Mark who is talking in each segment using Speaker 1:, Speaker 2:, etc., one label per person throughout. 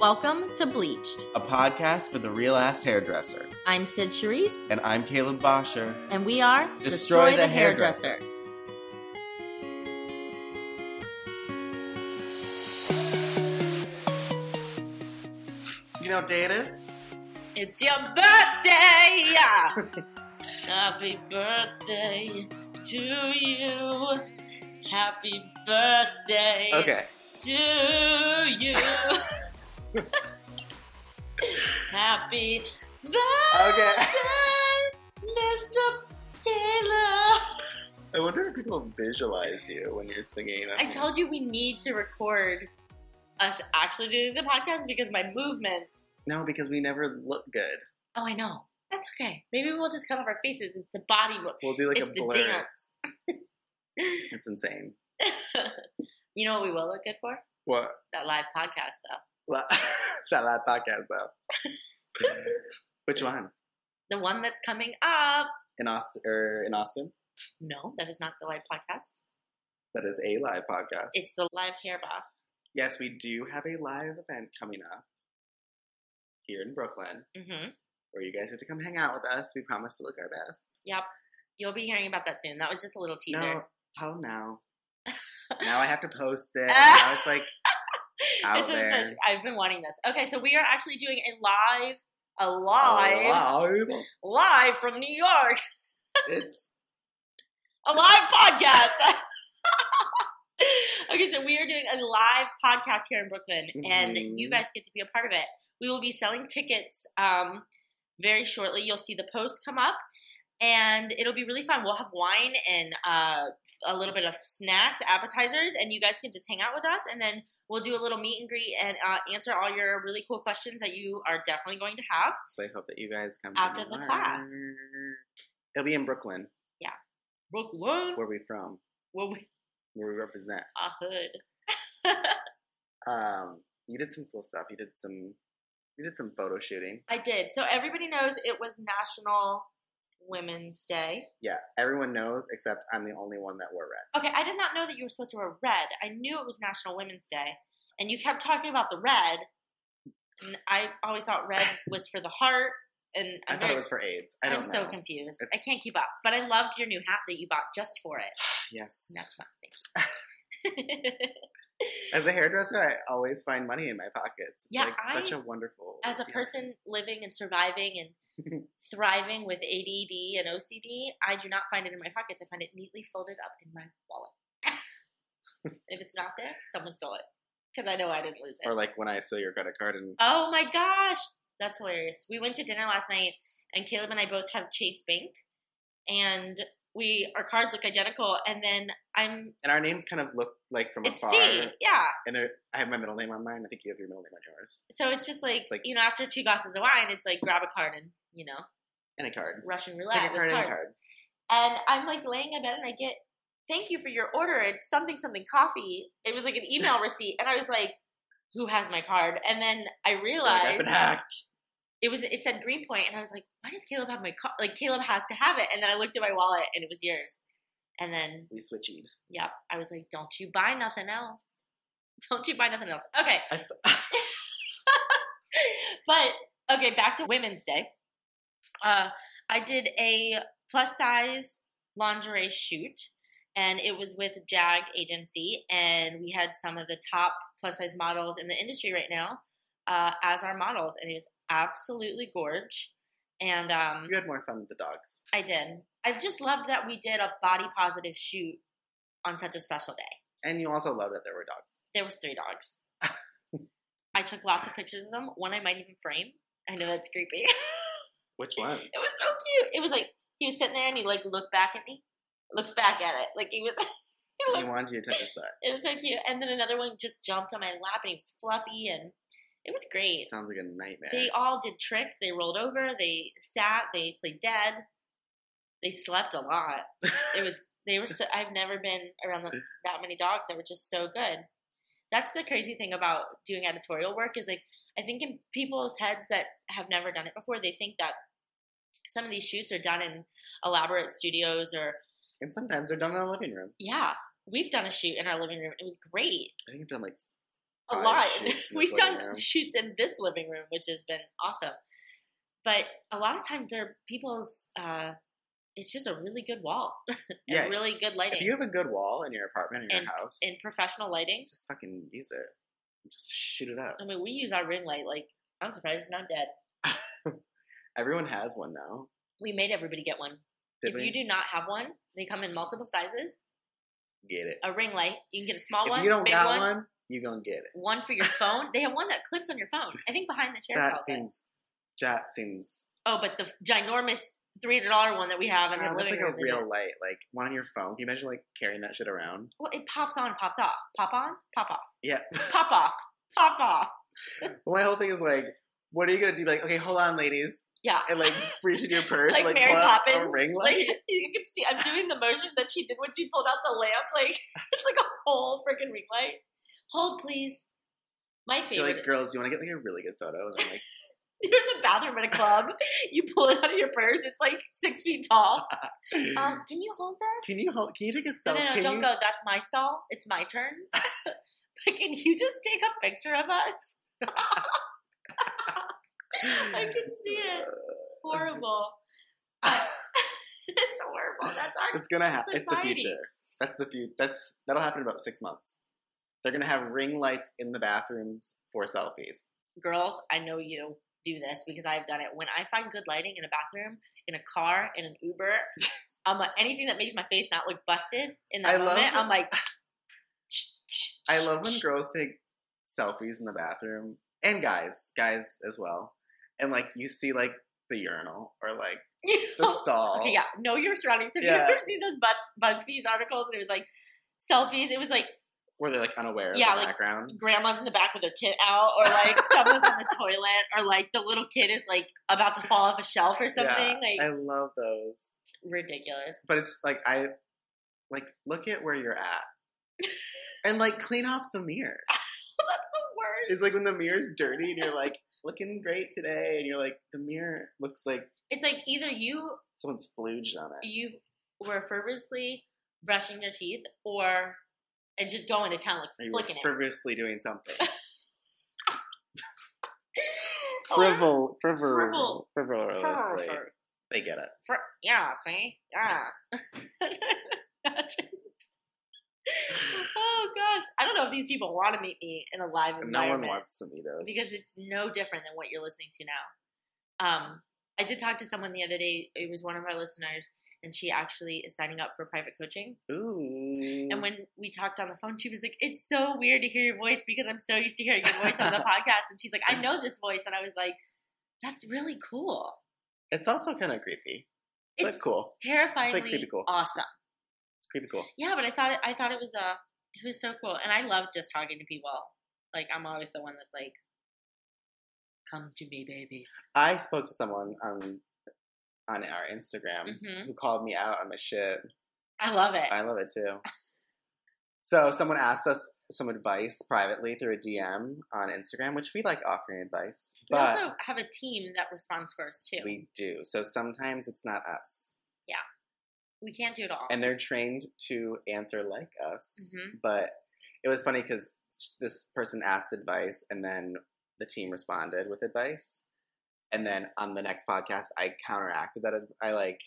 Speaker 1: Welcome to Bleached.
Speaker 2: a podcast for the real ass hairdresser.
Speaker 1: I'm Sid Charisse,
Speaker 2: And I'm Caleb Bosher.
Speaker 1: and we are
Speaker 2: Destroy the Hairdresser. You know, Datus?
Speaker 1: It's your birthday! Happy birthday to you. Happy birthday
Speaker 2: Okay.
Speaker 1: to you. Happy birthday,
Speaker 2: Okay.
Speaker 1: Mr. Taylor.
Speaker 2: I wonder if people visualize you when you're singing.
Speaker 1: I told you we need to record us actually doing the podcast because my movements.
Speaker 2: No, because we never look good.
Speaker 1: Oh, I know. That's okay. Maybe we'll just cut off our faces. It's the body. Mo-
Speaker 2: We'll do like
Speaker 1: it's
Speaker 2: a
Speaker 1: the
Speaker 2: blur.
Speaker 1: dance.
Speaker 2: It's insane.
Speaker 1: You know what we will look good for?
Speaker 2: What?
Speaker 1: That live podcast though.
Speaker 2: La- that live podcast, though. Which one?
Speaker 1: The one that's coming up.
Speaker 2: In Austin? Or in Austin?
Speaker 1: No, that is not the live podcast.
Speaker 2: That is a live podcast.
Speaker 1: It's the live hair boss.
Speaker 2: yes, we do have a live event coming up here in Brooklyn.
Speaker 1: Mm-hmm.
Speaker 2: where you guys get to come hang out with us. We promise to look our best.
Speaker 1: Yep. You'll be hearing about that soon. That was just a little teaser.
Speaker 2: No, tell them now. now I have to post it. Now it's like out
Speaker 1: a
Speaker 2: there.
Speaker 1: fish. I've been wanting this. Okay, so we are actually doing a live, a
Speaker 2: Oh,
Speaker 1: live,
Speaker 2: live.
Speaker 1: live from New York.
Speaker 2: It's
Speaker 1: a live podcast. okay, so we are doing a live podcast here in Brooklyn, and
Speaker 2: Mhm.
Speaker 1: you guys get to be a part of it. We will be selling tickets um, very shortly. You'll see the post come up, and it'll be really fun. We'll have wine and uh, a little bit of snacks, appetizers, and you guys can just hang out with us, and then we'll do a little meet and greet and uh, answer all your really cool questions that you are definitely going to have.
Speaker 2: so I hope that you guys come
Speaker 1: After
Speaker 2: to
Speaker 1: the
Speaker 2: New
Speaker 1: class.
Speaker 2: York. It'll be in Brooklyn,
Speaker 1: Brooklyn,
Speaker 2: where we from,
Speaker 1: where we
Speaker 2: where we represent.
Speaker 1: are hood.
Speaker 2: Um, you did some cool stuff. You did some you did some photo shooting.
Speaker 1: I did. So everybody knows it was National Women's Day.
Speaker 2: Yeah, everyone knows except I'm the only one that wore red.
Speaker 1: Okay, I did not know that you were supposed to wear red. I knew it was National Women's Day, and you kept talking about the red, and I always thought red was for the heart. And
Speaker 2: I
Speaker 1: I'm
Speaker 2: thought
Speaker 1: very-
Speaker 2: it was for AIDS. I don't
Speaker 1: I'm
Speaker 2: know.
Speaker 1: so confused. I
Speaker 2: It's-
Speaker 1: can't keep up. But I loved your new hat that you bought just for it.
Speaker 2: Yes.
Speaker 1: And that's fun. Thank you.
Speaker 2: As a hairdresser, I always find money in my pockets. It's
Speaker 1: Yeah,
Speaker 2: like such
Speaker 1: I-
Speaker 2: a wonderful.
Speaker 1: As a
Speaker 2: yeah.
Speaker 1: person living and surviving and thriving with ADD and OCD, I do not find it in my pockets. I find it neatly folded up in my wallet. and if it's not there, someone stole it because I know I didn't lose it.
Speaker 2: or like when I steal your credit card and
Speaker 1: oh my gosh, that's hilarious. We went to dinner last night, and Caleb and I both have Chase Bank, and we our cards look identical. And then I'm
Speaker 2: and our names kind of look like from
Speaker 1: it's
Speaker 2: afar.
Speaker 1: C, yeah.
Speaker 2: And they're- I have my middle name on mine. I think you have your middle name on yours
Speaker 1: So it's just like,
Speaker 2: It's like-
Speaker 1: you know, after two glasses of wine, it's like grab a card and you know
Speaker 2: and a card.
Speaker 1: Russian roulette
Speaker 2: Like a
Speaker 1: with
Speaker 2: card and a
Speaker 1: cards.
Speaker 2: card.
Speaker 1: And I'm like laying in bed and I get, thank you for your order. It's something, something coffee. It was like an email receipt. And I was like, who has my card? And then I
Speaker 2: They're Like, I've
Speaker 1: realized
Speaker 2: been hacked.
Speaker 1: it was, it said Greenpoint. And I was like, why does Caleb have my card? Like, Caleb has to have it. And then I looked at my wallet and it was yours. And then,
Speaker 2: We switched.
Speaker 1: yep, I was like, don't you buy nothing else. Don't you buy nothing else. Okay.
Speaker 2: I th-
Speaker 1: but okay, back to Women's Day. Uh, I did a plus size lingerie shoot, and it was with Jag Agency, and we had some of the top plus size models in the industry right now uh, as our models, and it was absolutely gorge. And um,
Speaker 2: you had more fun with the dogs.
Speaker 1: I did. I just loved that we did a body positive shoot on such a special day.
Speaker 2: And you also love that there were dogs.
Speaker 1: There was three dogs. I took lots of pictures of them. One I might even frame. I know that's creepy.
Speaker 2: Which one?
Speaker 1: It was so cute. It was like he was sitting there and he like looked back at me, looked back at it, like he was. he
Speaker 2: he
Speaker 1: looked,
Speaker 2: wanted you to touch his butt.
Speaker 1: it was so cute. And then another one just jumped on my lap and he was fluffy and it was great.
Speaker 2: Sounds like a nightmare.
Speaker 1: They all did tricks. They rolled over. They sat. They played dead. They slept a lot. It was. They were. So, I've never been around the, that many dogs that were just so good. That's the crazy thing about doing editorial work is like I think in people's heads that have never done it before, they think that some of these shoots are done in elaborate studios or
Speaker 2: and sometimes they're done in the living room.
Speaker 1: yeah, we've done a shoot in our living room. It was great.
Speaker 2: I think I've done like
Speaker 1: a
Speaker 2: Five
Speaker 1: lot.
Speaker 2: shoots in this
Speaker 1: We've
Speaker 2: living
Speaker 1: done
Speaker 2: room.
Speaker 1: shoots in this living room, which has been awesome. But a lot of times, there are people's. Uh, it's just a really good wall and
Speaker 2: Yeah.
Speaker 1: really good lighting
Speaker 2: If you have a good wall in your apartment in your
Speaker 1: And-
Speaker 2: house,
Speaker 1: and professional lighting.
Speaker 2: just fucking use it. Just shoot it up.
Speaker 1: I mean, we use our ring light. Like, I'm surprised it's not dead.
Speaker 2: Everyone has one now.
Speaker 1: We made everybody get one.
Speaker 2: Did
Speaker 1: if
Speaker 2: we
Speaker 1: you do not have one, they come in multiple sizes.
Speaker 2: get it?
Speaker 1: A ring light, you can get a small
Speaker 2: If
Speaker 1: one,
Speaker 2: you don't
Speaker 1: big
Speaker 2: got
Speaker 1: one,
Speaker 2: one,
Speaker 1: one,
Speaker 2: you gonna get it.
Speaker 1: for your phone. They have one that clips on your phone. I think behind the chair.
Speaker 2: That seems. That seems.
Speaker 1: Oh, but the ginormous three hundred dollar one that we have in
Speaker 2: Yeah,
Speaker 1: our
Speaker 2: um, that's
Speaker 1: living
Speaker 2: like a
Speaker 1: room is
Speaker 2: real light, like one on your phone. Can you imagine like carrying that shit around?
Speaker 1: Well, it pops on, pops off, pop on, pop off,
Speaker 2: Yeah.
Speaker 1: pop off, pop off.
Speaker 2: Well, my whole thing is like, what are you gonna do? Like, okay, hold on, ladies,
Speaker 1: Yeah.
Speaker 2: and like reach in your purse,
Speaker 1: Like,
Speaker 2: and, like
Speaker 1: Mary
Speaker 2: pull out
Speaker 1: Poppins.
Speaker 2: a ring
Speaker 1: Like
Speaker 2: light.
Speaker 1: you can see, I'm doing the motion that she did when she pulled out the lamp. Like it's like a whole freaking ring light. Hold, please. My
Speaker 2: You're
Speaker 1: favorite.
Speaker 2: like, girls, you want to get like a really good photo, and then like,
Speaker 1: You're in the bathroom at a club. you pull it out of your purse. It's like six feet tall. Um, can you hold this?
Speaker 2: can you hold? Can you take a
Speaker 1: No,
Speaker 2: selfie?
Speaker 1: no, no,
Speaker 2: can
Speaker 1: don't
Speaker 2: you,
Speaker 1: go. That's my stall. It's my turn. but can you just take a picture of us? I can see it. Horrible. But it's horrible. That's our
Speaker 2: It's gonna happen. It's the
Speaker 1: society.
Speaker 2: future. That's the future. That's that'll happen in about six months. They're gonna have ring lights in the bathrooms for selfies.
Speaker 1: Girls, I know you do this because I've done it. When I find good lighting in a bathroom, in a car, in an Uber, I'm like anything that makes my face not look busted in that
Speaker 2: I love
Speaker 1: moment,
Speaker 2: that-
Speaker 1: I'm like
Speaker 2: I love when girls take selfies in the bathroom and guys, guys as well. And like you see like the urinal or like the stall.
Speaker 1: Okay, yeah. Know your surroundings. Have
Speaker 2: Yeah.
Speaker 1: you ever seen those Buzz, BuzzFeed articles? And it was like selfies. It was like
Speaker 2: Where they're like unaware
Speaker 1: Yeah,
Speaker 2: of the
Speaker 1: like-
Speaker 2: background.
Speaker 1: grandma's in the back with her kid out, or like someone's on the toilet, or like the little kid is like about to fall off a shelf or something.
Speaker 2: Yeah,
Speaker 1: like
Speaker 2: I love those.
Speaker 1: ridiculous.
Speaker 2: But it's like I like look at where you're at. and like clean off the mirror.
Speaker 1: That's the worst.
Speaker 2: It's like when the mirror's dirty and you're like looking great today and you're like the mirror looks like
Speaker 1: It's like either you
Speaker 2: someone splooged on it.
Speaker 1: you were fervently brushing your teeth, or and just going to town like
Speaker 2: Or you were
Speaker 1: flicking it. Oh,
Speaker 2: frivolously doing something.
Speaker 1: Or-
Speaker 2: Frivol, frivol,
Speaker 1: Frivol-
Speaker 2: frivolously.
Speaker 1: Fur- fur-
Speaker 2: They get it.
Speaker 1: fur- yeah, see, yeah. oh gosh, I don't know if these people want to meet me in a live
Speaker 2: No
Speaker 1: environment.
Speaker 2: one wants to meet us
Speaker 1: because it's no different than what you're listening to now. Um, I did talk to someone the other day. It was one of our listeners, and she actually is signing up for private coaching.
Speaker 2: Ooh.
Speaker 1: And when we talked on the phone, she was like, "It's so weird to hear your voice because I'm so used to hearing your voice on the podcast." And she's like, "I know this voice," and I was like, "That's really cool.
Speaker 2: it's also kind of creepy. It's
Speaker 1: It's
Speaker 2: but cool.
Speaker 1: terrifyingly
Speaker 2: creepy cool.
Speaker 1: awesome."
Speaker 2: It's creepy cool.
Speaker 1: Yeah, but I thought it, I thought it was uh it was so cool, and I love just talking to people. Like I'm always the one that's like, "Come to me, babies."
Speaker 2: I spoke to someone on on our Instagram
Speaker 1: hmm
Speaker 2: who called me out on my shit.
Speaker 1: I love it.
Speaker 2: I love it too. so someone asked us some advice privately through a DM on Instagram, which we like offering advice,
Speaker 1: We
Speaker 2: but
Speaker 1: also have a team that responds for us too. We,
Speaker 2: we do. So sometimes it's not us.
Speaker 1: can't do it all.
Speaker 2: and they're trained to answer like us.
Speaker 1: Mhm.
Speaker 2: But it was funny because this person asked advice, and then the team responded with advice. And then on the next podcast, I counteracted that. ad- I like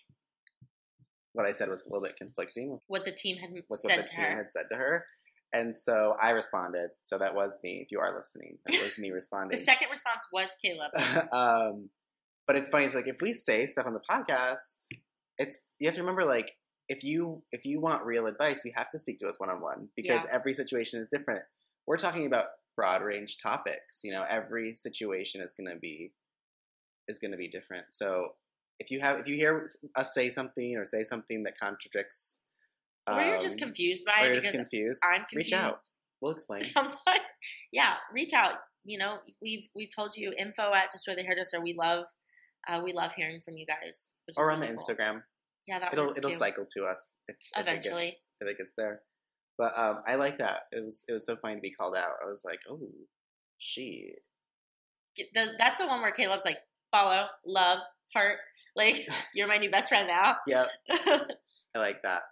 Speaker 2: what I said was a little bit conflicting with
Speaker 1: what the team had
Speaker 2: what the
Speaker 1: said to
Speaker 2: team
Speaker 1: her.
Speaker 2: had said to her. And so I responded. So that was me. If you are listening, that was me
Speaker 1: The
Speaker 2: responding.
Speaker 1: second response was Caleb.
Speaker 2: um, but it's funny. It's like if we say stuff on the podcast, it's you have to remember like if you if you want real advice, you have to speak to us one on one because
Speaker 1: Yeah.
Speaker 2: every situation is different. We're talking about broad range topics. You know, every situation is going to be is going to be different. So if you have if you hear us say something or say something that contradicts,
Speaker 1: or you're just
Speaker 2: um,
Speaker 1: confused
Speaker 2: or
Speaker 1: by
Speaker 2: you're
Speaker 1: it
Speaker 2: just
Speaker 1: because
Speaker 2: confused,
Speaker 1: I'm
Speaker 2: reach
Speaker 1: confused.
Speaker 2: out. We'll explain.
Speaker 1: Someone, yeah, reach out. You know, we've we've told you info at destroy the hair dresser. We love uh, we love hearing from you guys. Which is
Speaker 2: Or on the
Speaker 1: really cool.
Speaker 2: Instagram.
Speaker 1: Yeah, that
Speaker 2: it'll
Speaker 1: works
Speaker 2: it'll
Speaker 1: too.
Speaker 2: cycle to us if, if it
Speaker 1: Eventually.
Speaker 2: gets, if it gets there. But um, I like that. It was it was so funny to be called out. I was like, oh, shit.
Speaker 1: Get the- that's the one where Caleb's like follow, love, heart. Like you're my new best friend now,
Speaker 2: Yep, I like that.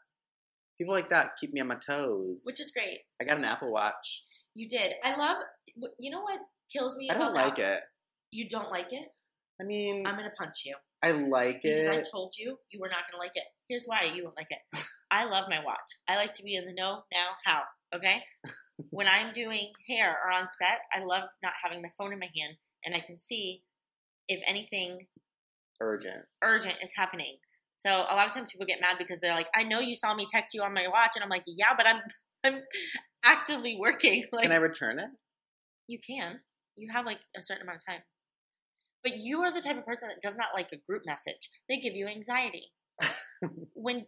Speaker 2: People like that keep me on my toes.
Speaker 1: which is great.
Speaker 2: I got an Apple Watch.
Speaker 1: You did. I love. wh- You know what kills me?
Speaker 2: I don't
Speaker 1: about that?
Speaker 2: like it. Mm.
Speaker 1: You don't like it.
Speaker 2: I mean,
Speaker 1: I'm gonna punch you
Speaker 2: I like
Speaker 1: because I
Speaker 2: it.
Speaker 1: told you you were not gonna like it. Here's why you won't like it. I love my watch. I like to be in the know now. How? Okay. when I'm doing hair or on set, I love not having my phone in my hand and I can see if anything
Speaker 2: Urgent.
Speaker 1: urgent is happening. So a lot of times people get mad because they're like, "I know you saw me text you on my watch," and I'm like, "Yeah, but I'm I'm actively working." Like,
Speaker 2: Can I return it?
Speaker 1: you can. You have like a certain amount of time. But you are the type of person that does not like a group message. They give you anxiety. when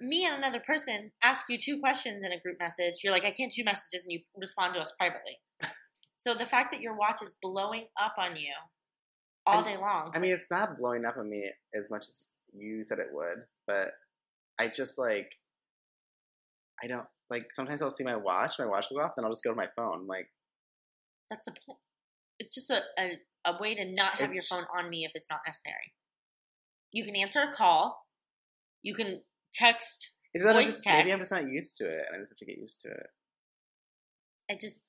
Speaker 1: me and another person ask you two questions in a group message, you're like, I can't do messages, and you respond to us privately. so the fact that your watch is blowing up on you all
Speaker 2: I-
Speaker 1: day long.
Speaker 2: I mean, it's not blowing up on me as much as you said it would, but I just like, I don't like. Sometimes I'll see my watch, my watch will go off, then I'll just go to my phone. Like,
Speaker 1: that's the point. It's just a, a, a way to not have your
Speaker 2: It's-
Speaker 1: phone on me if it's not necessary. You can answer a call. You can text.
Speaker 2: is that I'm
Speaker 1: Voice
Speaker 2: just, maybe I'm
Speaker 1: text.
Speaker 2: just not used to it, and I just have to get used to it.
Speaker 1: I just,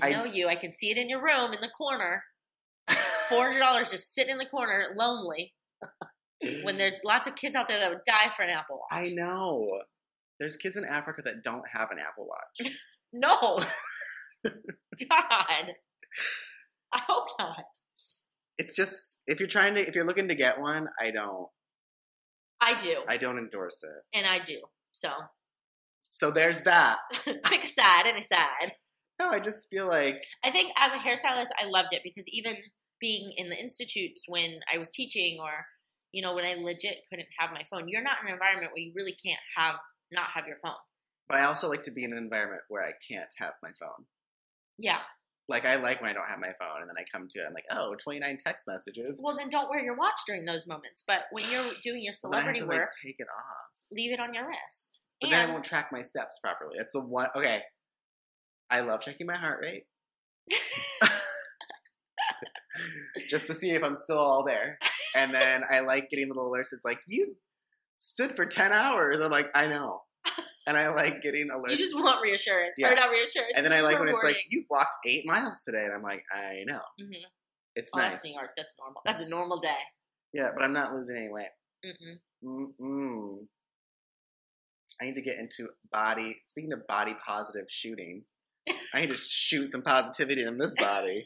Speaker 1: I
Speaker 2: I-
Speaker 1: know you. I can see it in your room in the corner. Four hundred dollars just sitting in the corner, lonely. When there's lots of kids out there that would die for an Apple Watch.
Speaker 2: I know. There's kids in Africa that don't have an Apple Watch.
Speaker 1: No. God. I hope not.
Speaker 2: It's just if you're trying to if you're looking to get one, I don't
Speaker 1: I do,
Speaker 2: I don't endorse it.
Speaker 1: and I do. So
Speaker 2: So there's that.
Speaker 1: pick a side and a side.
Speaker 2: No, I just feel like
Speaker 1: I think as a hairstylist, I loved it because even being in the institutes when I was teaching, or you know, when I legit couldn't have my phone, you're not in an environment where you really can't have not have your phone.
Speaker 2: but I also like to be in an environment where I can't have my phone.
Speaker 1: Yeah.
Speaker 2: Like I like when I don't have my phone and then I come to it, I'm like, oh, 29 text messages.
Speaker 1: Well, then don't wear your watch during those moments. But when you're doing your
Speaker 2: Well, then I have
Speaker 1: celebrity
Speaker 2: to,
Speaker 1: work,
Speaker 2: like, take it off.
Speaker 1: leave it on your wrist.
Speaker 2: But then I
Speaker 1: and
Speaker 2: won't track my steps properly. That's the one okay. I love checking my heart rate. just to see if I'm still all there. And then I like getting little alerts. It's like, you've stood for 10 hours. I'm like, I know. And I like getting alerts.
Speaker 1: you just want reassurance,
Speaker 2: Yeah.
Speaker 1: or not reassurance.
Speaker 2: and then I
Speaker 1: just
Speaker 2: like when it's like,
Speaker 1: rewarding.
Speaker 2: you've walked eight miles today. And I'm like, I know.
Speaker 1: Mhm.
Speaker 2: It's
Speaker 1: Oh,
Speaker 2: nice.
Speaker 1: that's New York. That's normal. That's a normal day. Mm-hmm.
Speaker 2: Yeah, but I'm not losing any weight.
Speaker 1: Mm-mm.
Speaker 2: Mm-mm. I need to get into body. Speaking of body positive shooting, I need to shoot some positivity in this body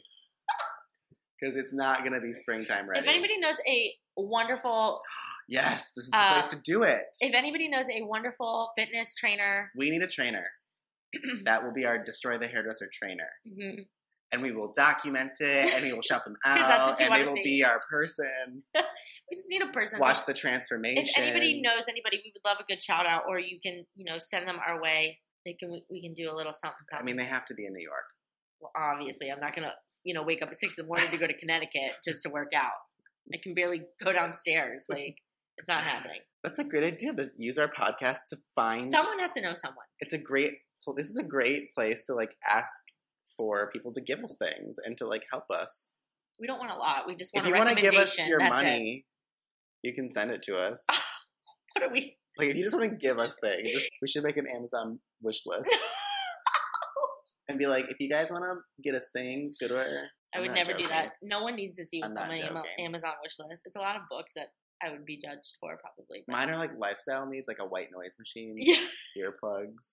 Speaker 2: because it's not going to be springtime ready.
Speaker 1: If anybody knows a wonderful
Speaker 2: yes, this is the
Speaker 1: Uh,
Speaker 2: place to do it.
Speaker 1: If anybody knows a wonderful fitness trainer,
Speaker 2: We need a trainer. that will be our destroy the hairdresser trainer,
Speaker 1: mhm,
Speaker 2: and we will document it, and we will shout them
Speaker 1: 'Cause that's
Speaker 2: out,
Speaker 1: what you
Speaker 2: and they
Speaker 1: wanna
Speaker 2: will
Speaker 1: see.
Speaker 2: be our person.
Speaker 1: we just need a person.
Speaker 2: Watch
Speaker 1: So
Speaker 2: the transformation.
Speaker 1: if anybody knows anybody, we would love a good shout out, or you can, you know, send them our way. They can, we can do a little something.
Speaker 2: I
Speaker 1: something.
Speaker 2: mean, they have to be in New York.
Speaker 1: well, obviously, I'm not gonna, you know, wake up at six in the morning to go to Connecticut just to work out. I can barely go downstairs. Like it's not happening.
Speaker 2: That's a great idea to use our podcast to find.
Speaker 1: Someone has to know someone.
Speaker 2: it's a great. pl- This is a great place to like ask for people to give us things and to like help us.
Speaker 1: We don't want a lot. We just want
Speaker 2: If you
Speaker 1: a
Speaker 2: want to give
Speaker 1: recommendation.
Speaker 2: us your
Speaker 1: That's it.
Speaker 2: money, you can send it to us.
Speaker 1: What are we?
Speaker 2: Like if you just want to give us things, just- we should make an Amazon wish list and be like, if you guys want to get us things, go to our.
Speaker 1: I
Speaker 2: I'm
Speaker 1: would
Speaker 2: not
Speaker 1: never do
Speaker 2: joking.
Speaker 1: that. No one needs to see
Speaker 2: I'm
Speaker 1: what's on
Speaker 2: not
Speaker 1: my Ama-
Speaker 2: joking.
Speaker 1: Amazon wish list. It's a lot of books that I would be judged for, probably. but-
Speaker 2: Mine are like lifestyle needs, like a white noise machine,
Speaker 1: Yeah,
Speaker 2: earplugs,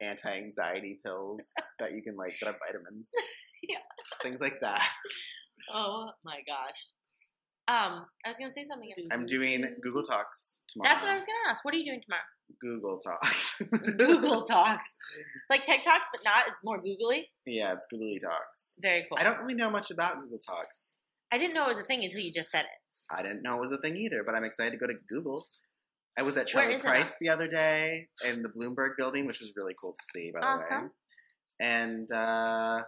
Speaker 2: anti-anxiety pills that you can like that are vitamins,
Speaker 1: Yeah.
Speaker 2: things like that.
Speaker 1: Oh my gosh. Um, I was gonna say something. else.
Speaker 2: I'm doing Google Talks tomorrow.
Speaker 1: That's what I was gonna ask. What are you doing tomorrow?
Speaker 2: Google Talks.
Speaker 1: Google Talks. It's like Tech Talks, but not. It's more googly.
Speaker 2: yeah, it's Googly Talks.
Speaker 1: It's very cool.
Speaker 2: I don't really know much about Google Talks.
Speaker 1: I didn't know it was a thing until you just said it.
Speaker 2: I didn't know it was a thing either, but I'm excited to go to Google. I was at
Speaker 1: Where
Speaker 2: Charlie
Speaker 1: is it
Speaker 2: Price the other day in the Bloomberg building, which was really cool to see, by the way.
Speaker 1: Awesome.
Speaker 2: And uh,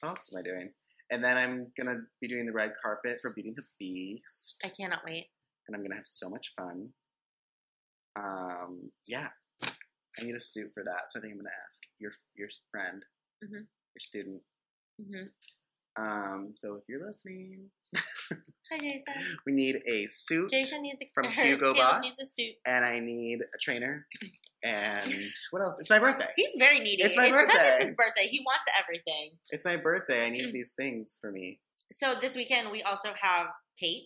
Speaker 2: what else am I doing? And then I'm gonna be doing the red carpet for Beauty and the Beast,
Speaker 1: I cannot wait.
Speaker 2: and I'm gonna have so much fun. Um, yeah, I need a suit for that, so I think I'm gonna ask your your friend,
Speaker 1: Mhm.
Speaker 2: your student.
Speaker 1: hmm
Speaker 2: Um, so if you're listening,
Speaker 1: Hi, Jason.
Speaker 2: We need a suit,
Speaker 1: Jason needs a
Speaker 2: From
Speaker 1: or
Speaker 2: Hugo
Speaker 1: Caleb
Speaker 2: Boss.
Speaker 1: Needs a suit.
Speaker 2: and I need a trainer, and what else? It's my birthday.
Speaker 1: He's very needy.
Speaker 2: It's my
Speaker 1: 'cause
Speaker 2: birthday.
Speaker 1: It's his birthday. He wants everything.
Speaker 2: It's my birthday. I
Speaker 1: Mm-hmm.
Speaker 2: need these things for me.
Speaker 1: So this weekend we also have Kate,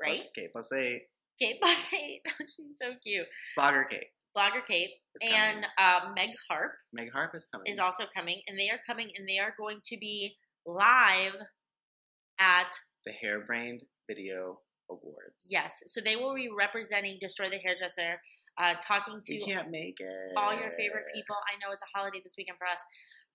Speaker 1: right?
Speaker 2: Plus, Kate plus eight.
Speaker 1: Kate Bossate. She's so cute.
Speaker 2: Blogger Kate.
Speaker 1: Blogger Kate
Speaker 2: Is
Speaker 1: and uh, Meg Harp
Speaker 2: Meg Harp is coming.
Speaker 1: is also coming, and they are coming, and they are going to be live at
Speaker 2: the Hairbrained Video Awards.
Speaker 1: yes. So they will be representing Destroy the Hairdresser, uh, talking to
Speaker 2: You can't make it.
Speaker 1: all your favorite people. I know it's a holiday this weekend for us,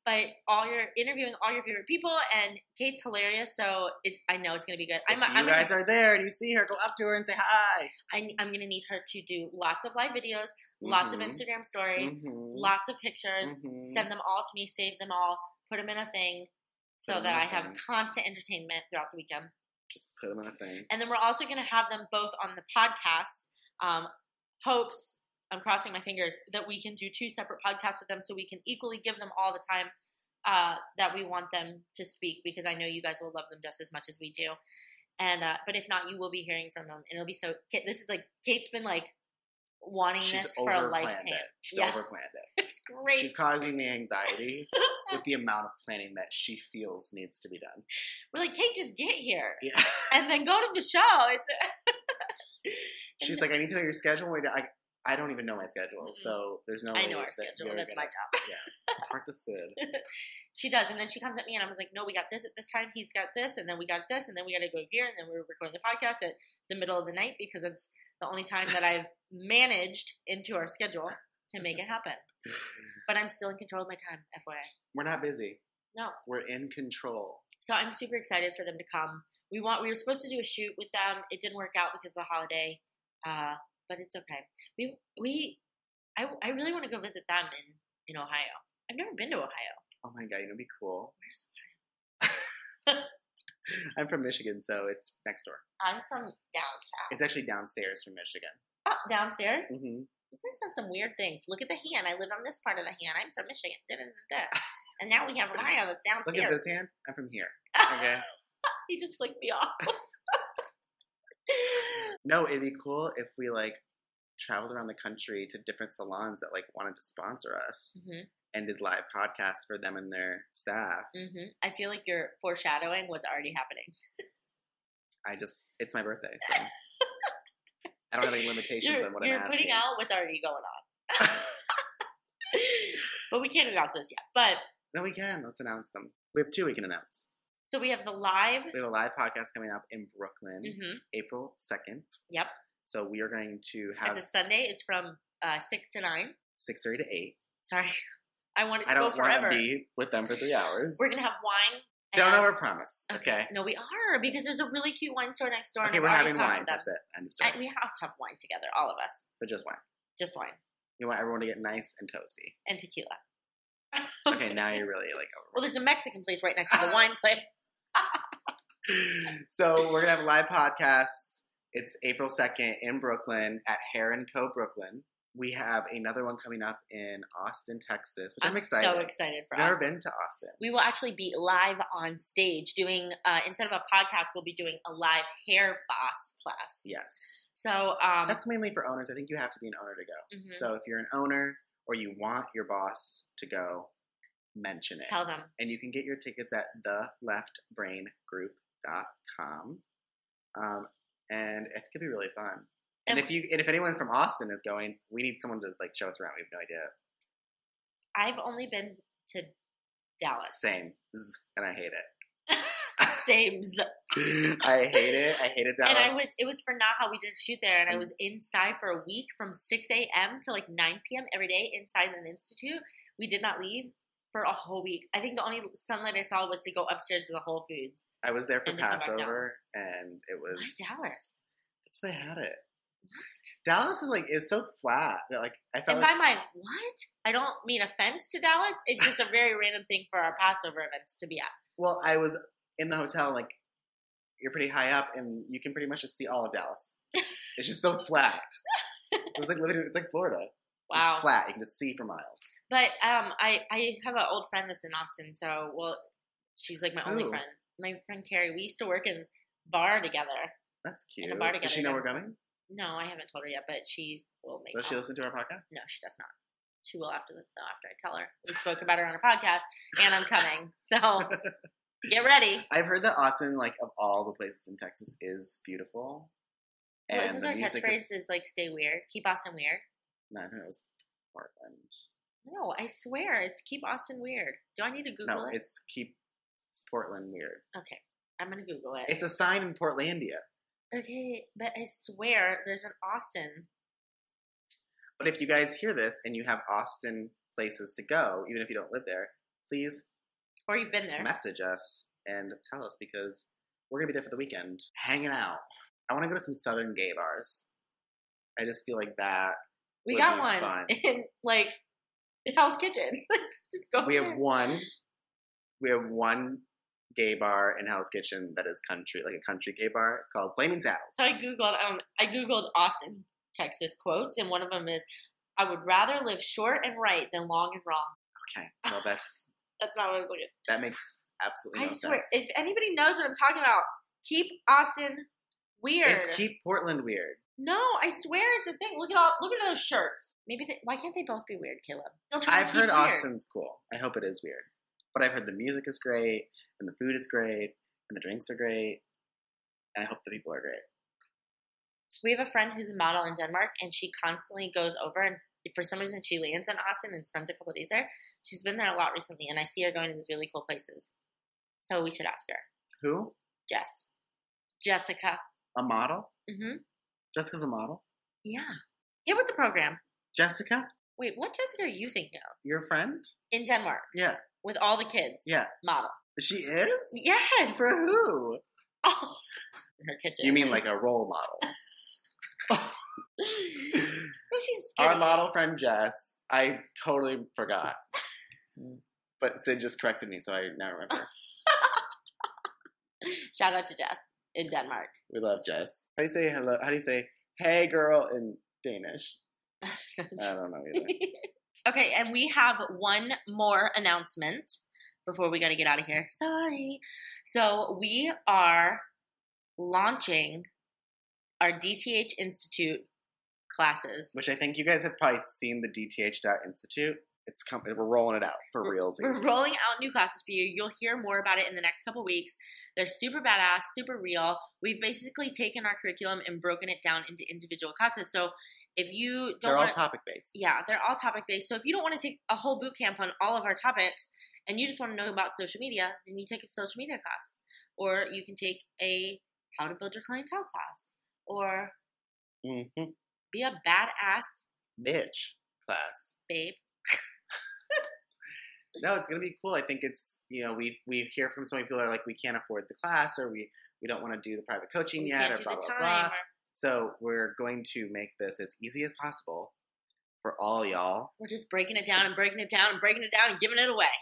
Speaker 1: but all your interviewing all your favorite people, and Kate's hilarious, so it, I know it's gonna be good.
Speaker 2: If
Speaker 1: I'm,
Speaker 2: you
Speaker 1: I'm
Speaker 2: guys
Speaker 1: gonna,
Speaker 2: are there and you see her, go up to her and say hi.
Speaker 1: I, I'm gonna need her to do lots of live videos, lots of
Speaker 2: Mhm.
Speaker 1: Instagram stories,
Speaker 2: Mhm.
Speaker 1: lots of pictures.
Speaker 2: Mhm.
Speaker 1: Send them all to me, save them all, put them in a thing. So
Speaker 2: Put 'em
Speaker 1: that
Speaker 2: in
Speaker 1: I
Speaker 2: a
Speaker 1: have
Speaker 2: thing.
Speaker 1: constant entertainment throughout the weekend.
Speaker 2: Just put them on a thing.
Speaker 1: And then we're also going to have them both on the podcast. Um, hopes, I'm crossing my fingers, that we can do two separate podcasts with them so we can equally give them all the time uh, that we want them to speak because I know you guys will love them just as much as we do. And uh, but if not, you will be hearing from them, and it'll be so. Ka- This is like Kate's been like wanting this
Speaker 2: She's
Speaker 1: for a
Speaker 2: overplanned
Speaker 1: lifetime.
Speaker 2: it. She's
Speaker 1: Yeah.
Speaker 2: overplanned it.
Speaker 1: It's great.
Speaker 2: She's causing me anxiety with the amount of planning that she feels needs to be done.
Speaker 1: we're like, Kate, just get here
Speaker 2: Yeah.
Speaker 1: and then go to the show. It's
Speaker 2: She's like, I need to know your schedule. Wait, I, I don't even know my schedule,
Speaker 1: Mm-mm.
Speaker 2: so there's no
Speaker 1: Mm-hmm. I
Speaker 2: way
Speaker 1: know our
Speaker 2: that
Speaker 1: schedule.
Speaker 2: you're
Speaker 1: That's my
Speaker 2: gonna-
Speaker 1: job.
Speaker 2: Yeah. Talk to Sid.
Speaker 1: She does, and then she comes at me, and I was like, "No, we got this at this time. He's got this, and then we got this, and then we got to go here, and then we're recording the podcast at the middle of the night because it's the only time that I've managed into our schedule to make it happen. But I'm still in control of my time, FYI.
Speaker 2: We're not busy.
Speaker 1: No,
Speaker 2: We're in control.
Speaker 1: so I'm super excited for them to come. We want. We were supposed to do a shoot with them. It didn't work out because of the holiday, uh, but it's okay. We we, I I really want to go visit them in in Ohio. I've never been to Ohio.
Speaker 2: Oh my god, you know, it'd be cool.
Speaker 1: Where's
Speaker 2: I'm from Michigan, so it's next door.
Speaker 1: I'm from down south.
Speaker 2: It's actually downstairs from Michigan.
Speaker 1: Oh, downstairs.
Speaker 2: hmm
Speaker 1: You guys have some weird things. Look at the hand. I live on this part of the hand. I'm from Michigan. Da, da, da, da. And now we have Ohio that's
Speaker 2: Look
Speaker 1: downstairs.
Speaker 2: at this hand. I'm from here. Okay.
Speaker 1: he just flicked me off.
Speaker 2: No, it'd be cool if we like traveled around the country to different salons that like wanted to sponsor us
Speaker 1: hmm
Speaker 2: and did live podcasts for them and their staff.
Speaker 1: hmm I feel like you're foreshadowing what's already happening.
Speaker 2: I just it's my birthday, so I don't have any limitations
Speaker 1: You're,
Speaker 2: on what
Speaker 1: you're
Speaker 2: I'm asking.
Speaker 1: putting out what's already going on. but we can't announce this yet. But
Speaker 2: no, we can. Let's announce them. We have two we can announce.
Speaker 1: so we have the live.
Speaker 2: We have a live podcast coming up in Brooklyn,
Speaker 1: hmm
Speaker 2: April second.
Speaker 1: Yep.
Speaker 2: So we are going to
Speaker 1: It's
Speaker 2: have
Speaker 1: a Sunday. It's from uh, six to nine.
Speaker 2: six thirty to eight.
Speaker 1: Sorry, I want it to
Speaker 2: I don't
Speaker 1: go
Speaker 2: want
Speaker 1: forever.
Speaker 2: to be with them for three hours.
Speaker 1: We're gonna have wine.
Speaker 2: don't
Speaker 1: and-
Speaker 2: overpromise. Okay.
Speaker 1: No, we are because there's a really cute wine store next door.
Speaker 2: Okay,
Speaker 1: and
Speaker 2: we're
Speaker 1: I've already
Speaker 2: having
Speaker 1: talked
Speaker 2: wine.
Speaker 1: to them.
Speaker 2: That's it. End of
Speaker 1: I,
Speaker 2: story.
Speaker 1: we have to have wine together, all of us.
Speaker 2: but just wine.
Speaker 1: Just wine
Speaker 2: You want everyone to get nice and toasty.
Speaker 1: and tequila.
Speaker 2: Okay, now you're really like
Speaker 1: Well, there's a Mexican place right next to the wine place.
Speaker 2: over. So we're gonna have a live podcast. It's April second in Brooklyn at Hair and Co. Brooklyn. We have another one coming up in Austin, Texas, which I'm, excited.
Speaker 1: so excited for
Speaker 2: I've never
Speaker 1: us.
Speaker 2: been to Austin.
Speaker 1: We will actually be live on stage doing uh, instead of a podcast, we'll be doing a live hair boss class.
Speaker 2: Yes,
Speaker 1: So um,
Speaker 2: that's mainly for owners. I think you have to be an owner to go.
Speaker 1: mhm.
Speaker 2: So if you're an owner or you want your boss to go, mention it.
Speaker 1: tell them
Speaker 2: and you can get your tickets at theleftbraingroup.com. Um, and it could be really fun. And,
Speaker 1: And-
Speaker 2: if you and if anyone from Austin is going, we need someone to like show us around. We have no idea.
Speaker 1: I've only been to Dallas.
Speaker 2: Same, Zzz, and I hate
Speaker 1: Sames.
Speaker 2: it. I hate it. I hated Dallas.
Speaker 1: And I was it was for Naha. We did a shoot there, and I was inside for a week from six a.m. to like nine p.m. every day inside an institute. We did not leave for a whole week. I think the only sunlight I saw was to go upstairs to the Whole Foods.
Speaker 2: I was there for
Speaker 1: and to come back down.
Speaker 2: Passover, and it was
Speaker 1: Why Dallas?
Speaker 2: that's why I had it. Dallas is like is so flat that like I felt
Speaker 1: And by
Speaker 2: like
Speaker 1: my what? I don't mean offense to Dallas. It's just a very random thing for our Passover events to be at.
Speaker 2: well I was in the hotel like you're pretty high up and you can pretty much just see all of Dallas. it's just so flat. It was like living. in- It's like Florida. It's
Speaker 1: Wow.
Speaker 2: just flat. You can just see for miles.
Speaker 1: But um, I I have an old friend that's in Austin, so well, she's like my only
Speaker 2: Who?
Speaker 1: friend. My friend Carrie. We used to work in bar together.
Speaker 2: That's cute.
Speaker 1: In a bar
Speaker 2: Does she
Speaker 1: together.
Speaker 2: know we're coming?
Speaker 1: No, I haven't told her yet, but she will make.
Speaker 2: Does she
Speaker 1: up.
Speaker 2: listen to our podcast?
Speaker 1: No, she does not. She will after this, though. After I tell her, we spoke about her on a podcast, and I'm coming. So get ready.
Speaker 2: I've heard that Austin, like of all the places in Texas, is beautiful.
Speaker 1: Well, isn't their
Speaker 2: music
Speaker 1: catchphrase
Speaker 2: Is,
Speaker 1: is like "Stay weird, keep Austin weird"?
Speaker 2: no, I think it was Portland.
Speaker 1: No, I swear it's "Keep Austin weird." Do I need to Google
Speaker 2: no,
Speaker 1: it?
Speaker 2: it's keep Portland weird.
Speaker 1: Okay, I'm gonna Google it.
Speaker 2: It's a sign in Portlandia.
Speaker 1: okay, but I swear there's an Austin.
Speaker 2: But if you guys hear this and you have Austin places to go, even if you don't live there, please
Speaker 1: Or you've been there.
Speaker 2: message us and tell us because we're gonna be there for the weekend, hanging out. I want to go to some southern gay bars. I just feel like that.
Speaker 1: We
Speaker 2: would
Speaker 1: got
Speaker 2: be
Speaker 1: one
Speaker 2: fun.
Speaker 1: in like Hell's Kitchen. Like, just go.
Speaker 2: We have
Speaker 1: there.
Speaker 2: one. We have one gay bar in Hell's Kitchen that is country, like a country gay bar. It's called Flaming Saddles.
Speaker 1: So I googled um I googled Austin, Texas quotes, and one of them is, "I would rather live short and right than long and wrong."
Speaker 2: Okay, well that's
Speaker 1: That's not what I was looking.
Speaker 2: that makes absolutely
Speaker 1: I
Speaker 2: no
Speaker 1: swear,
Speaker 2: sense.
Speaker 1: if anybody knows what I'm talking about, keep Austin weird.
Speaker 2: It's keep Portland weird.
Speaker 1: no, I swear it's a thing. Look at all, look at those shirts. Maybe they, why can't they both be weird, Caleb? They'll try to
Speaker 2: I've
Speaker 1: keep
Speaker 2: heard
Speaker 1: weird.
Speaker 2: Austin's cool. I hope it is weird, but I've heard the music is great and the food is great and the drinks are great, and I hope the people are great.
Speaker 1: We have a friend who's a model in Denmark, and she constantly goes over and for some reason she lands in Austin and spends a couple days there. She's been there a lot recently, and I see her going to these really cool places. So we should ask her,
Speaker 2: Who?
Speaker 1: Jess, Jessica.
Speaker 2: A model?
Speaker 1: Mm-hmm.
Speaker 2: Jessica's a model.
Speaker 1: Yeah, get with the program.
Speaker 2: Jessica,
Speaker 1: Wait, what Jessica are you thinking of
Speaker 2: your friend?
Speaker 1: in Denmark
Speaker 2: Yeah,
Speaker 1: with all the kids?
Speaker 2: yeah.
Speaker 1: model.
Speaker 2: She is.
Speaker 1: Yes.
Speaker 2: For who?
Speaker 1: Oh. Her kitchen.
Speaker 2: You mean like a role model?
Speaker 1: she's
Speaker 2: Our
Speaker 1: skinny.
Speaker 2: model friend Jess, I totally forgot. but Sid just corrected me, so I now remember.
Speaker 1: Shout out to Jess in Denmark.
Speaker 2: We love Jess. How do you say hello? How do you say hey girl in Danish? I don't know either.
Speaker 1: okay, and we have one more announcement before we got to get out of here. Sorry. So we are launching our DTH Institute classes.
Speaker 2: Which I think you guys have probably seen the DTH dot Institute. It's com- we're rolling it out for reals.
Speaker 1: We're rolling out new classes for you. You'll hear more about it in the next couple weeks. They're super badass, super real. We've basically taken our curriculum and broken it down into individual classes. So if you don't
Speaker 2: They're all
Speaker 1: want
Speaker 2: topic based.
Speaker 1: yeah, they're all topic based. So if you don't want to take a whole boot camp on all of our topics and you just want to know about social media, then you take a social media class. Or you can take a how to build your clientele class or
Speaker 2: hmm
Speaker 1: be a badass
Speaker 2: Bitch class.
Speaker 1: babe.
Speaker 2: No, it's gonna be cool. I think it's you know we we hear from so many people that are like we can't afford the class or we we don't want to do the private coaching
Speaker 1: We
Speaker 2: yet
Speaker 1: can't
Speaker 2: or
Speaker 1: do
Speaker 2: blah
Speaker 1: the
Speaker 2: blah
Speaker 1: time.
Speaker 2: blah.
Speaker 1: or
Speaker 2: So we're going to make this as easy as possible for all y'all.
Speaker 1: we're just breaking it down and breaking it down and breaking it down and giving it away.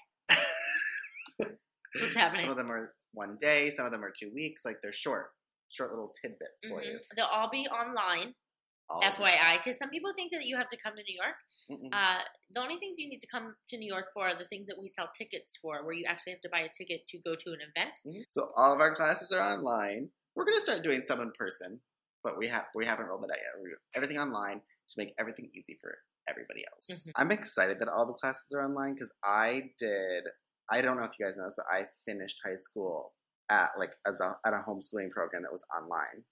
Speaker 1: That's what's happening.
Speaker 2: Some of them are one day, some of them are two weeks. Like they're short, short little tidbits for you.
Speaker 1: Mhm. They'll all be online,
Speaker 2: All of them.
Speaker 1: FYI, because some people think that you have to come to New York.
Speaker 2: Mm-mm.
Speaker 1: Uh, the only things you need to come to New York for are the things that we sell tickets for, where you actually have to buy a ticket to go to an event.
Speaker 2: Mhm. So all of our classes are online. We're gonna start doing some in person, but we have we haven't rolled it out yet. We're everything online to make everything easy for everybody else.
Speaker 1: Mhm.
Speaker 2: I'm excited that all the classes are online because I did. I don't know if you guys know this, but I finished high school at like as a, at a homeschooling program that was online.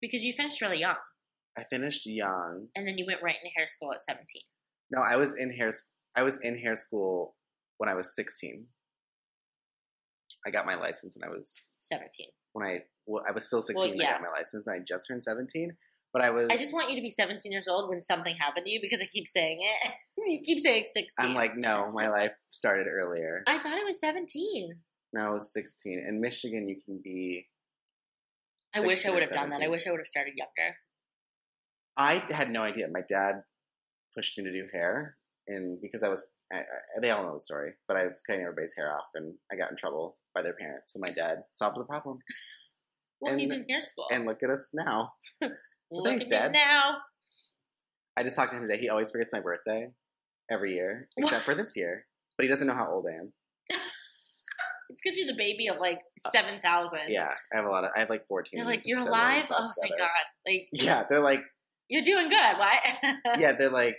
Speaker 1: Because you finished really young,
Speaker 2: I finished young.
Speaker 1: and then you went right into hair school at 17.
Speaker 2: No, I was in hair. I was in hair school when I was 16. I got my license when I was
Speaker 1: 17.
Speaker 2: when I well, I was still 16
Speaker 1: Well,
Speaker 2: when I
Speaker 1: yeah.
Speaker 2: got my license. And I just turned 17, but I was.
Speaker 1: I just want you to be 17 years old when something happened to you because I keep saying it. you keep saying 16.
Speaker 2: I'm like, no, my life started earlier.
Speaker 1: I thought it was 17.
Speaker 2: No, I was 16. In Michigan, you can be.
Speaker 1: I wish I
Speaker 2: 16 or
Speaker 1: would have done that. I
Speaker 2: 17.
Speaker 1: wish I would have started younger.
Speaker 2: I had no idea. My dad pushed me to do hair, and because I was, I, I, they all know the story, but I was cutting everybody's hair off, and I got in trouble by their parents. So my dad solved the problem,
Speaker 1: Well,
Speaker 2: And-
Speaker 1: he's in hair school.
Speaker 2: and look at us now.
Speaker 1: Look
Speaker 2: thanks,
Speaker 1: at me
Speaker 2: Dad.
Speaker 1: now.
Speaker 2: I just talked to him today. He always forgets my birthday every year,
Speaker 1: What?
Speaker 2: except for this year. But he doesn't know how old I am.
Speaker 1: It's because you're the baby of like seven thousand.
Speaker 2: Uh, Yeah, I have a lot of. I have like 14
Speaker 1: They're like, you're
Speaker 2: so
Speaker 1: alive.
Speaker 2: that's
Speaker 1: Oh thank
Speaker 2: better.
Speaker 1: God! Like
Speaker 2: Yeah, they're like,
Speaker 1: you're doing good. Why?
Speaker 2: yeah, they're like,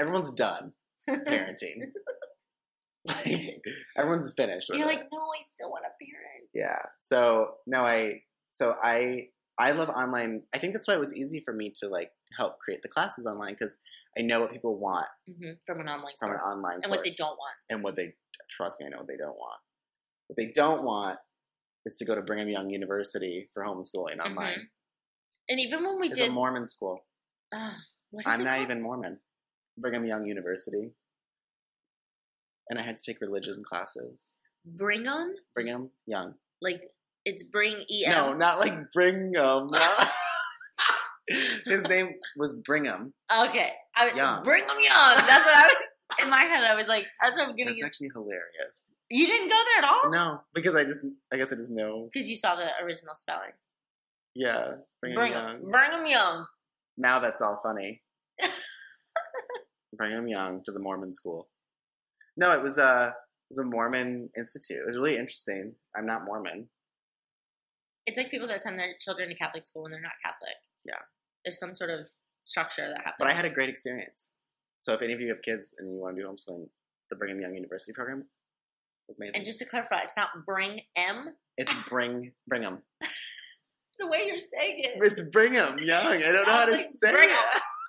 Speaker 2: everyone's done parenting. like everyone's finished. with
Speaker 1: you're
Speaker 2: it.
Speaker 1: like, no, I still want a parent.
Speaker 2: Yeah. So no, I so I I love online. I think that's why it was easy for me to like help create the classes online because I know what people want
Speaker 1: hmm From an online
Speaker 2: from an
Speaker 1: course.
Speaker 2: online
Speaker 1: and what they
Speaker 2: course.
Speaker 1: don't want.
Speaker 2: and what they trust me, I know what they don't want. What they don't want is to go to Brigham Young University for homeschooling online.
Speaker 1: Mhm. And even when we
Speaker 2: It's
Speaker 1: did,
Speaker 2: a Mormon school.
Speaker 1: Ugh, what is
Speaker 2: I'm
Speaker 1: it
Speaker 2: not
Speaker 1: called?
Speaker 2: even Mormon. Brigham Young University. And I had to take religion classes.
Speaker 1: Bring on
Speaker 2: Brigham Young.
Speaker 1: like it's bring E em.
Speaker 2: No, not like Brigham. His name was Brigham.
Speaker 1: okay. I was,
Speaker 2: Young.
Speaker 1: Bring them young. That's what I was in my head. I was like, that's what I'm
Speaker 2: That's
Speaker 1: getting. you.
Speaker 2: actually hilarious.
Speaker 1: you didn't go there at all
Speaker 2: No, because I just, I guess I just know.
Speaker 1: because you saw the original spelling.
Speaker 2: Yeah, Brigham
Speaker 1: Bring
Speaker 2: Young.
Speaker 1: them, bring them young.
Speaker 2: Now that's all funny. Brigham Young to the Mormon school. No, it was a, it was a Mormon institute. It was really interesting. I'm not Mormon.
Speaker 1: It's like people that send their children to Catholic school when they're not Catholic.
Speaker 2: Yeah.
Speaker 1: there's some sort of structure that happens.
Speaker 2: But I had a great experience. So if any of you have kids and you want to do homeschooling, the Brigham Young University program was amazing.
Speaker 1: And just to clarify, it's not bring m.
Speaker 2: it's bring Brigham.
Speaker 1: The way you're saying it,
Speaker 2: It's Brigham Young. I don't know how to
Speaker 1: Sounds
Speaker 2: say
Speaker 1: like Brigham.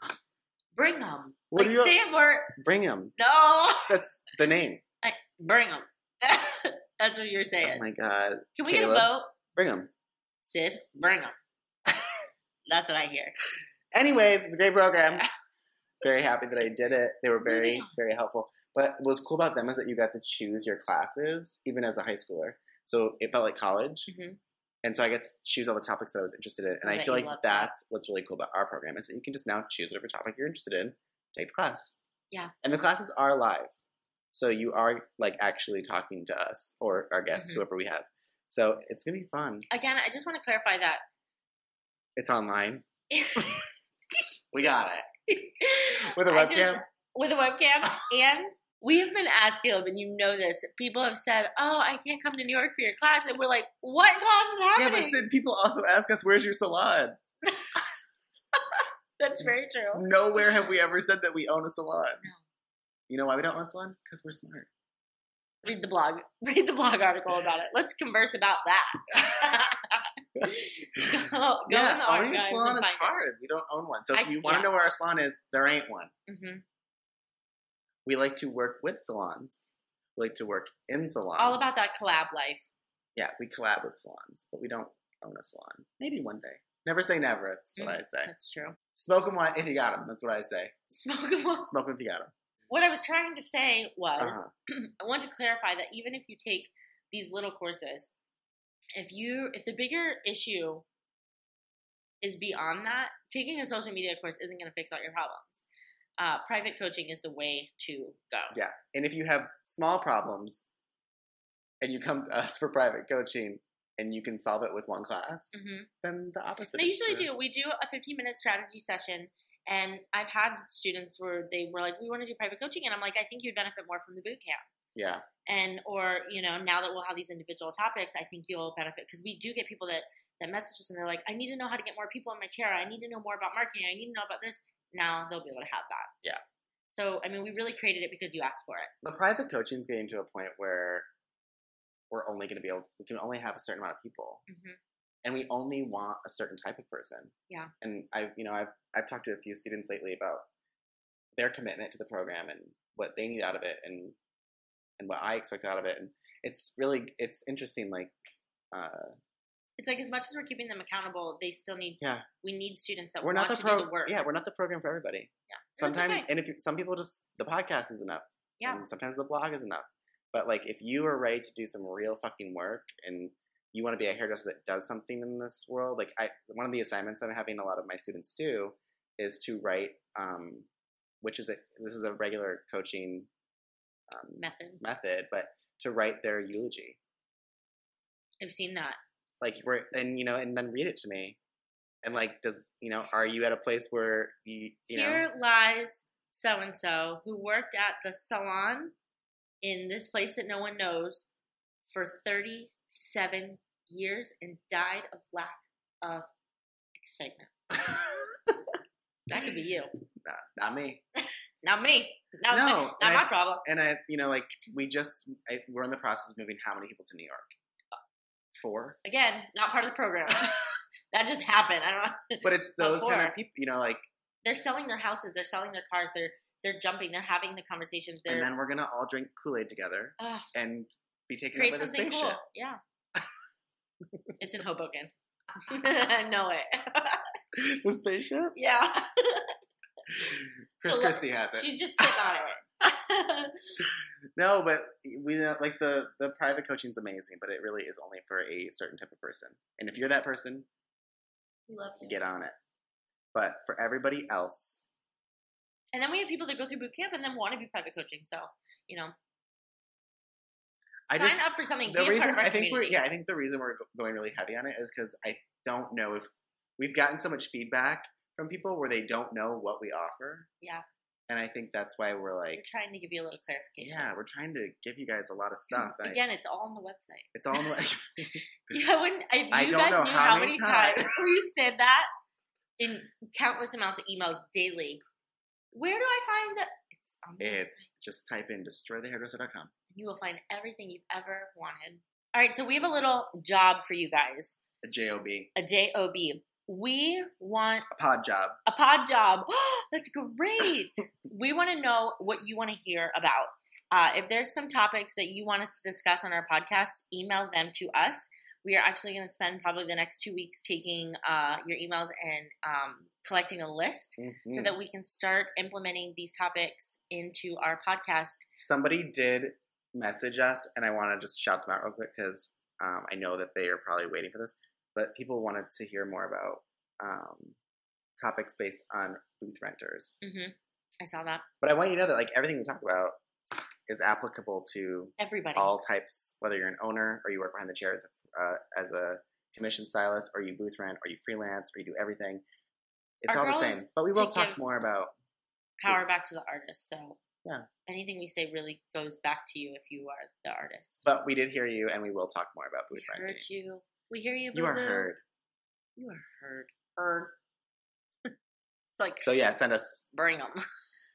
Speaker 2: it.
Speaker 1: bring them.
Speaker 2: What
Speaker 1: like,
Speaker 2: do you-
Speaker 1: say it more.
Speaker 2: Brigham.
Speaker 1: No,
Speaker 2: That's the name.
Speaker 1: I, bring them. that's what you're
Speaker 2: Oh
Speaker 1: saying.
Speaker 2: my god.
Speaker 1: Can we
Speaker 2: Caleb.
Speaker 1: get a vote?
Speaker 2: Brigham.
Speaker 1: Sid, bring them. That's what I hear.
Speaker 2: Anyways, it's a great program. Very happy that I did it. They were very,
Speaker 1: Moving on.
Speaker 2: very helpful. But what's cool about them is that you got to choose your classes, even as a high schooler. So it felt like college.
Speaker 1: Mhm.
Speaker 2: And so I get to choose all the topics that I was interested in. And
Speaker 1: I
Speaker 2: I
Speaker 1: bet
Speaker 2: feel
Speaker 1: you
Speaker 2: like
Speaker 1: love that.
Speaker 2: that's what's really cool about our program is that you can just now choose whatever topic you're interested in, take the class.
Speaker 1: Yeah.
Speaker 2: And the classes are live. So you are like actually talking to us or our guests,
Speaker 1: Mhm.
Speaker 2: whoever we have. So it's gonna be fun.
Speaker 1: Again, I just want to clarify that
Speaker 2: It's online. We got it. With a
Speaker 1: I
Speaker 2: webcam?
Speaker 1: just- with a webcam, and we have been asked, Caleb, and you know this. People have said, "Oh, I can't come to New York for your class," and we're like, "What class is
Speaker 2: Yeah,
Speaker 1: happening?"
Speaker 2: but Sid, people also ask us, "Where's your salon?"
Speaker 1: That's very
Speaker 2: Mm.
Speaker 1: true.
Speaker 2: Nowhere have we ever said that we own a salon.
Speaker 1: No.
Speaker 2: You know why we don't own a salon? Because we're smart.
Speaker 1: Read the blog. Read the blog article about it. Let's converse about that. go go in the
Speaker 2: owning a
Speaker 1: archives
Speaker 2: salon
Speaker 1: and
Speaker 2: is
Speaker 1: find it.
Speaker 2: hard. We don't own one. So if
Speaker 1: I-
Speaker 2: you want to
Speaker 1: yeah.
Speaker 2: know where our salon is, there ain't one.
Speaker 1: Mhm.
Speaker 2: We like to work with salons. We like to work in salons.
Speaker 1: All about that collab life.
Speaker 2: Yeah, we collab with salons, but we don't own a salon. Maybe one day. Never say never. That's what I say.
Speaker 1: That's true.
Speaker 2: Smoke 'em while- if you got 'em. That's what I say.
Speaker 1: Smoke and wash.
Speaker 2: Smoke 'em if you got 'em. Uh-huh.
Speaker 1: What I was trying to say was, I want to clarify that even if you take these little courses, if you if the bigger issue is beyond that, taking a social media course isn't going to fix all your problems. Uh, private coaching is the way to go.
Speaker 2: Yeah. And if you have small problems and you come to us for private coaching and you can solve it with one class,
Speaker 1: hmm
Speaker 2: then the opposite.
Speaker 1: They
Speaker 2: is
Speaker 1: usually
Speaker 2: true.
Speaker 1: do. We do a 15 minute strategy session, and I've had students where they were like, "We want to do private coaching," and I'm like, "I think you'd benefit more from the boot camp."
Speaker 2: Yeah.
Speaker 1: and or you know now that we'll have these individual topics i think you'll benefit because we do get people that that message us and they're like i need to know how to get more people in my chair i need to know more about marketing i need to know about this now they'll be able to have that
Speaker 2: Yeah.
Speaker 1: so i mean we really created it because you asked for it
Speaker 2: The private coaching is getting to a point where we're only going to be able, we can only have a certain amount of people.
Speaker 1: Mhm.
Speaker 2: And we only want a certain type of person.
Speaker 1: Yeah.
Speaker 2: And I've, you know, I've, I've talked to a few students lately about their commitment to the program and what they need out of it and, and what I expect out of it. And it's really, it's interesting. Like, uh,
Speaker 1: it's like as much as we're keeping them accountable they still need
Speaker 2: Yeah.
Speaker 1: we need students that
Speaker 2: we're
Speaker 1: want
Speaker 2: not the
Speaker 1: to
Speaker 2: pro-
Speaker 1: do the work
Speaker 2: Yeah, we're not the program for everybody.
Speaker 1: And that's
Speaker 2: Sometimes,
Speaker 1: okay.
Speaker 2: and if you, some people just the podcast is enough.
Speaker 1: Yeah.
Speaker 2: And sometimes the blog is enough. But like, if you are ready to do some real fucking work and you want to be a hairdresser that does something in this world, like I, one of the assignments I'm having a lot of my students do is to write, um, which is a this is a regular coaching um,
Speaker 1: method
Speaker 2: method, but to write their eulogy,
Speaker 1: i've seen that
Speaker 2: like where and you know, and then read it to me. And like, does you know, are you at a place where you you know?
Speaker 1: here lies so and so who worked at the salon in this place that no one knows for 37 years and died of lack of excitement. That could be you,
Speaker 2: not, not me.
Speaker 1: not me, not,
Speaker 2: No,
Speaker 1: my, not
Speaker 2: and
Speaker 1: my
Speaker 2: I-
Speaker 1: problem.
Speaker 2: And I, you know, like we just I, we're in the process of moving how many people to New York? Four.
Speaker 1: Again, not part of the program. that just happened. I don't. know.
Speaker 2: But it's those kind
Speaker 1: Oh, four.
Speaker 2: of people, you know, like.
Speaker 1: They're selling their houses. They're selling their cars. They're they're jumping. They're having the conversations. They're
Speaker 2: And then we're gonna all drink Kool Aid together
Speaker 1: Ugh,
Speaker 2: and be taken up
Speaker 1: create
Speaker 2: by the
Speaker 1: something
Speaker 2: spaceship.
Speaker 1: cool. Yeah, it's in Hoboken. I know it.
Speaker 2: the spaceship.
Speaker 1: yeah,
Speaker 2: Chris
Speaker 1: So, like,
Speaker 2: Christie has it.
Speaker 1: she's just sick on it.
Speaker 2: No, but we know, like the the private coaching's amazing, but it really is only for a certain type of person. And if you're that person,
Speaker 1: we love you.
Speaker 2: get on it. But for everybody else,
Speaker 1: And then we have people that go through boot camp and then want to be private coaching. So you know,
Speaker 2: I
Speaker 1: sign
Speaker 2: just
Speaker 1: up for something. be
Speaker 2: the
Speaker 1: a part
Speaker 2: reason
Speaker 1: of our
Speaker 2: I think we're
Speaker 1: community.
Speaker 2: yeah I think the reason we're going really heavy on it is because I don't know if we've gotten so much feedback from people where they don't know what we offer.
Speaker 1: Yeah.
Speaker 2: and I think that's why we're
Speaker 1: we're
Speaker 2: like,
Speaker 1: trying to give you a little clarification.
Speaker 2: yeah, we're trying to give you guys a lot of
Speaker 1: Mm,
Speaker 2: stuff. and I-
Speaker 1: Again, it's all on the website.
Speaker 2: it's all like
Speaker 1: Yeah, I wouldn't. If you
Speaker 2: I don't
Speaker 1: guys
Speaker 2: know
Speaker 1: knew
Speaker 2: how
Speaker 1: how,
Speaker 2: many
Speaker 1: many,
Speaker 2: times.
Speaker 1: times, we said that in countless amounts of emails daily, where do I find that? It's on the
Speaker 2: it's
Speaker 1: website.
Speaker 2: just type in destroythehairdresser.com.
Speaker 1: You will find everything you've ever wanted. All right, so we have a little job for you guys.
Speaker 2: A job, a
Speaker 1: A J O B. We want
Speaker 2: pod job.
Speaker 1: a pod job. That's great. we want to know what you want to hear about. Uh, if there's some topics that you want us to discuss on our podcast, email them to us. We are actually going to spend probably the next two weeks taking uh, your emails and um, collecting a list so
Speaker 2: Mhm.
Speaker 1: that we can start implementing these topics into our podcast.
Speaker 2: Somebody did message us, and I want to just shout them out real quick because um, I know that they are probably waiting for this. But people wanted to hear more about um, topics based on booth renters.
Speaker 1: hmm I saw that.
Speaker 2: But I want you to know that like everything we talk about is applicable to
Speaker 1: Everybody.
Speaker 2: all types, whether you're an owner or you work behind the chair as a, uh, as a commission stylist, or you booth rent, or you freelance, or you do everything. It's
Speaker 1: Our
Speaker 2: all
Speaker 1: goal
Speaker 2: the same.
Speaker 1: is
Speaker 2: But we will
Speaker 1: to
Speaker 2: talk
Speaker 1: give-
Speaker 2: more about
Speaker 1: Power back to the artist. So
Speaker 2: Yeah.
Speaker 1: anything we say really goes back to you if you are the artist.
Speaker 2: But we did hear you, and we will talk more about booth
Speaker 1: we heard
Speaker 2: renting.
Speaker 1: you. We hear you.
Speaker 2: You are
Speaker 1: boo-boo.
Speaker 2: heard.
Speaker 1: You are heard. Heard. it's like
Speaker 2: So yeah, send us.
Speaker 1: bring them.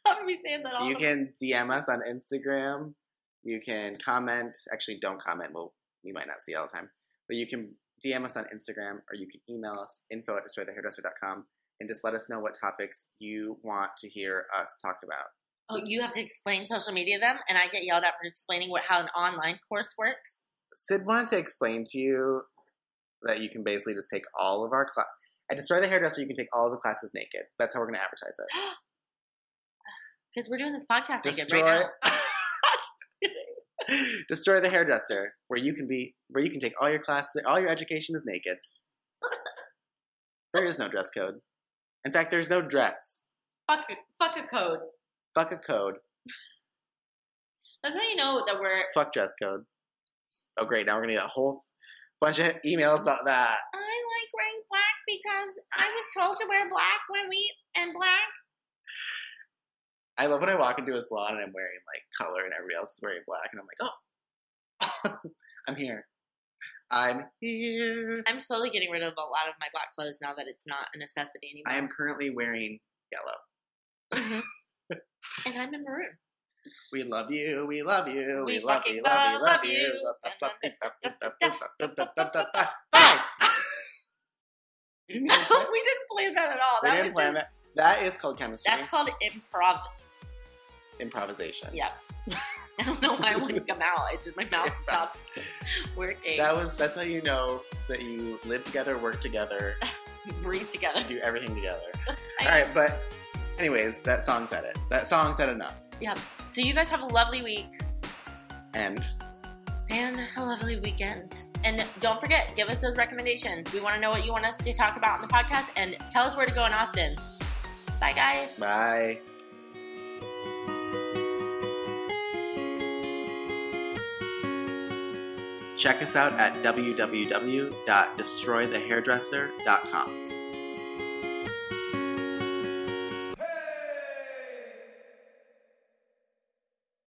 Speaker 1: I'm gonna be saying that all.
Speaker 2: You
Speaker 1: the-
Speaker 2: can DM us on Instagram. You can comment. Actually, don't comment. Well, we might not see all the time. But you can DM us on Instagram, or you can email us info at destroythehairdresser.com, and just let us know what topics you want to hear us talk about.
Speaker 1: Oh, you have to explain social media then, and I get yelled at for explaining what how an online course works.
Speaker 2: Sid wanted to explain to you that you can basically just take all of our class. At Destroy the Hairdresser, you can take all the classes naked. That's how we're going to advertise it.
Speaker 1: Because we're doing this podcast naked
Speaker 2: Destroy
Speaker 1: right now.
Speaker 2: Destroy the hairdresser, where you can be, where you can take all your classes, all your education is naked. there is no dress code. In fact, there's no dress.
Speaker 1: fuck, a- fuck a code.
Speaker 2: Fuck a code.
Speaker 1: That's how you know that we're.
Speaker 2: Fuck dress code. Oh, great! Now we're gonna get a whole bunch of emails about that.
Speaker 1: I like wearing black because I was told to wear black when we and black.
Speaker 2: I love when I walk into a salon and I'm wearing like color and everybody else is wearing black, and I'm like, oh, I'm here. I'm here.
Speaker 1: I'm slowly getting rid of a lot of my black clothes now that it's not a necessity anymore.
Speaker 2: I am currently wearing yellow.
Speaker 1: and I'm in maroon.
Speaker 2: We love you. We love you. We,
Speaker 1: We
Speaker 2: love
Speaker 1: fucking
Speaker 2: you. Love
Speaker 1: love-
Speaker 2: you. Love
Speaker 1: love
Speaker 2: you.
Speaker 1: you.
Speaker 2: Love- love- love- love- love- love- love-
Speaker 1: Bye.
Speaker 2: We didn't
Speaker 1: we
Speaker 2: even plan-
Speaker 1: didn't plan that at all.
Speaker 2: we
Speaker 1: That
Speaker 2: didn't
Speaker 1: was
Speaker 2: plan
Speaker 1: just
Speaker 2: that. That is called chemistry.
Speaker 1: that's called improv.
Speaker 2: improvisation.
Speaker 1: Yeah. I don't know why I wouldn't come out. It's just my mouth stopped working.
Speaker 2: That was. That's how you know that you live together, work together,
Speaker 1: breathe together.
Speaker 2: do everything together. All right, but anyways, that song said it. That song said enough.
Speaker 1: So you guys have a lovely week
Speaker 2: And
Speaker 1: and a lovely weekend. And don't forget, give us those recommendations. We want to know what you want us to talk about on the podcast and tell us where to go in Austin. Bye guys.
Speaker 2: bye. Check us out at www.destroythehairdresser.com.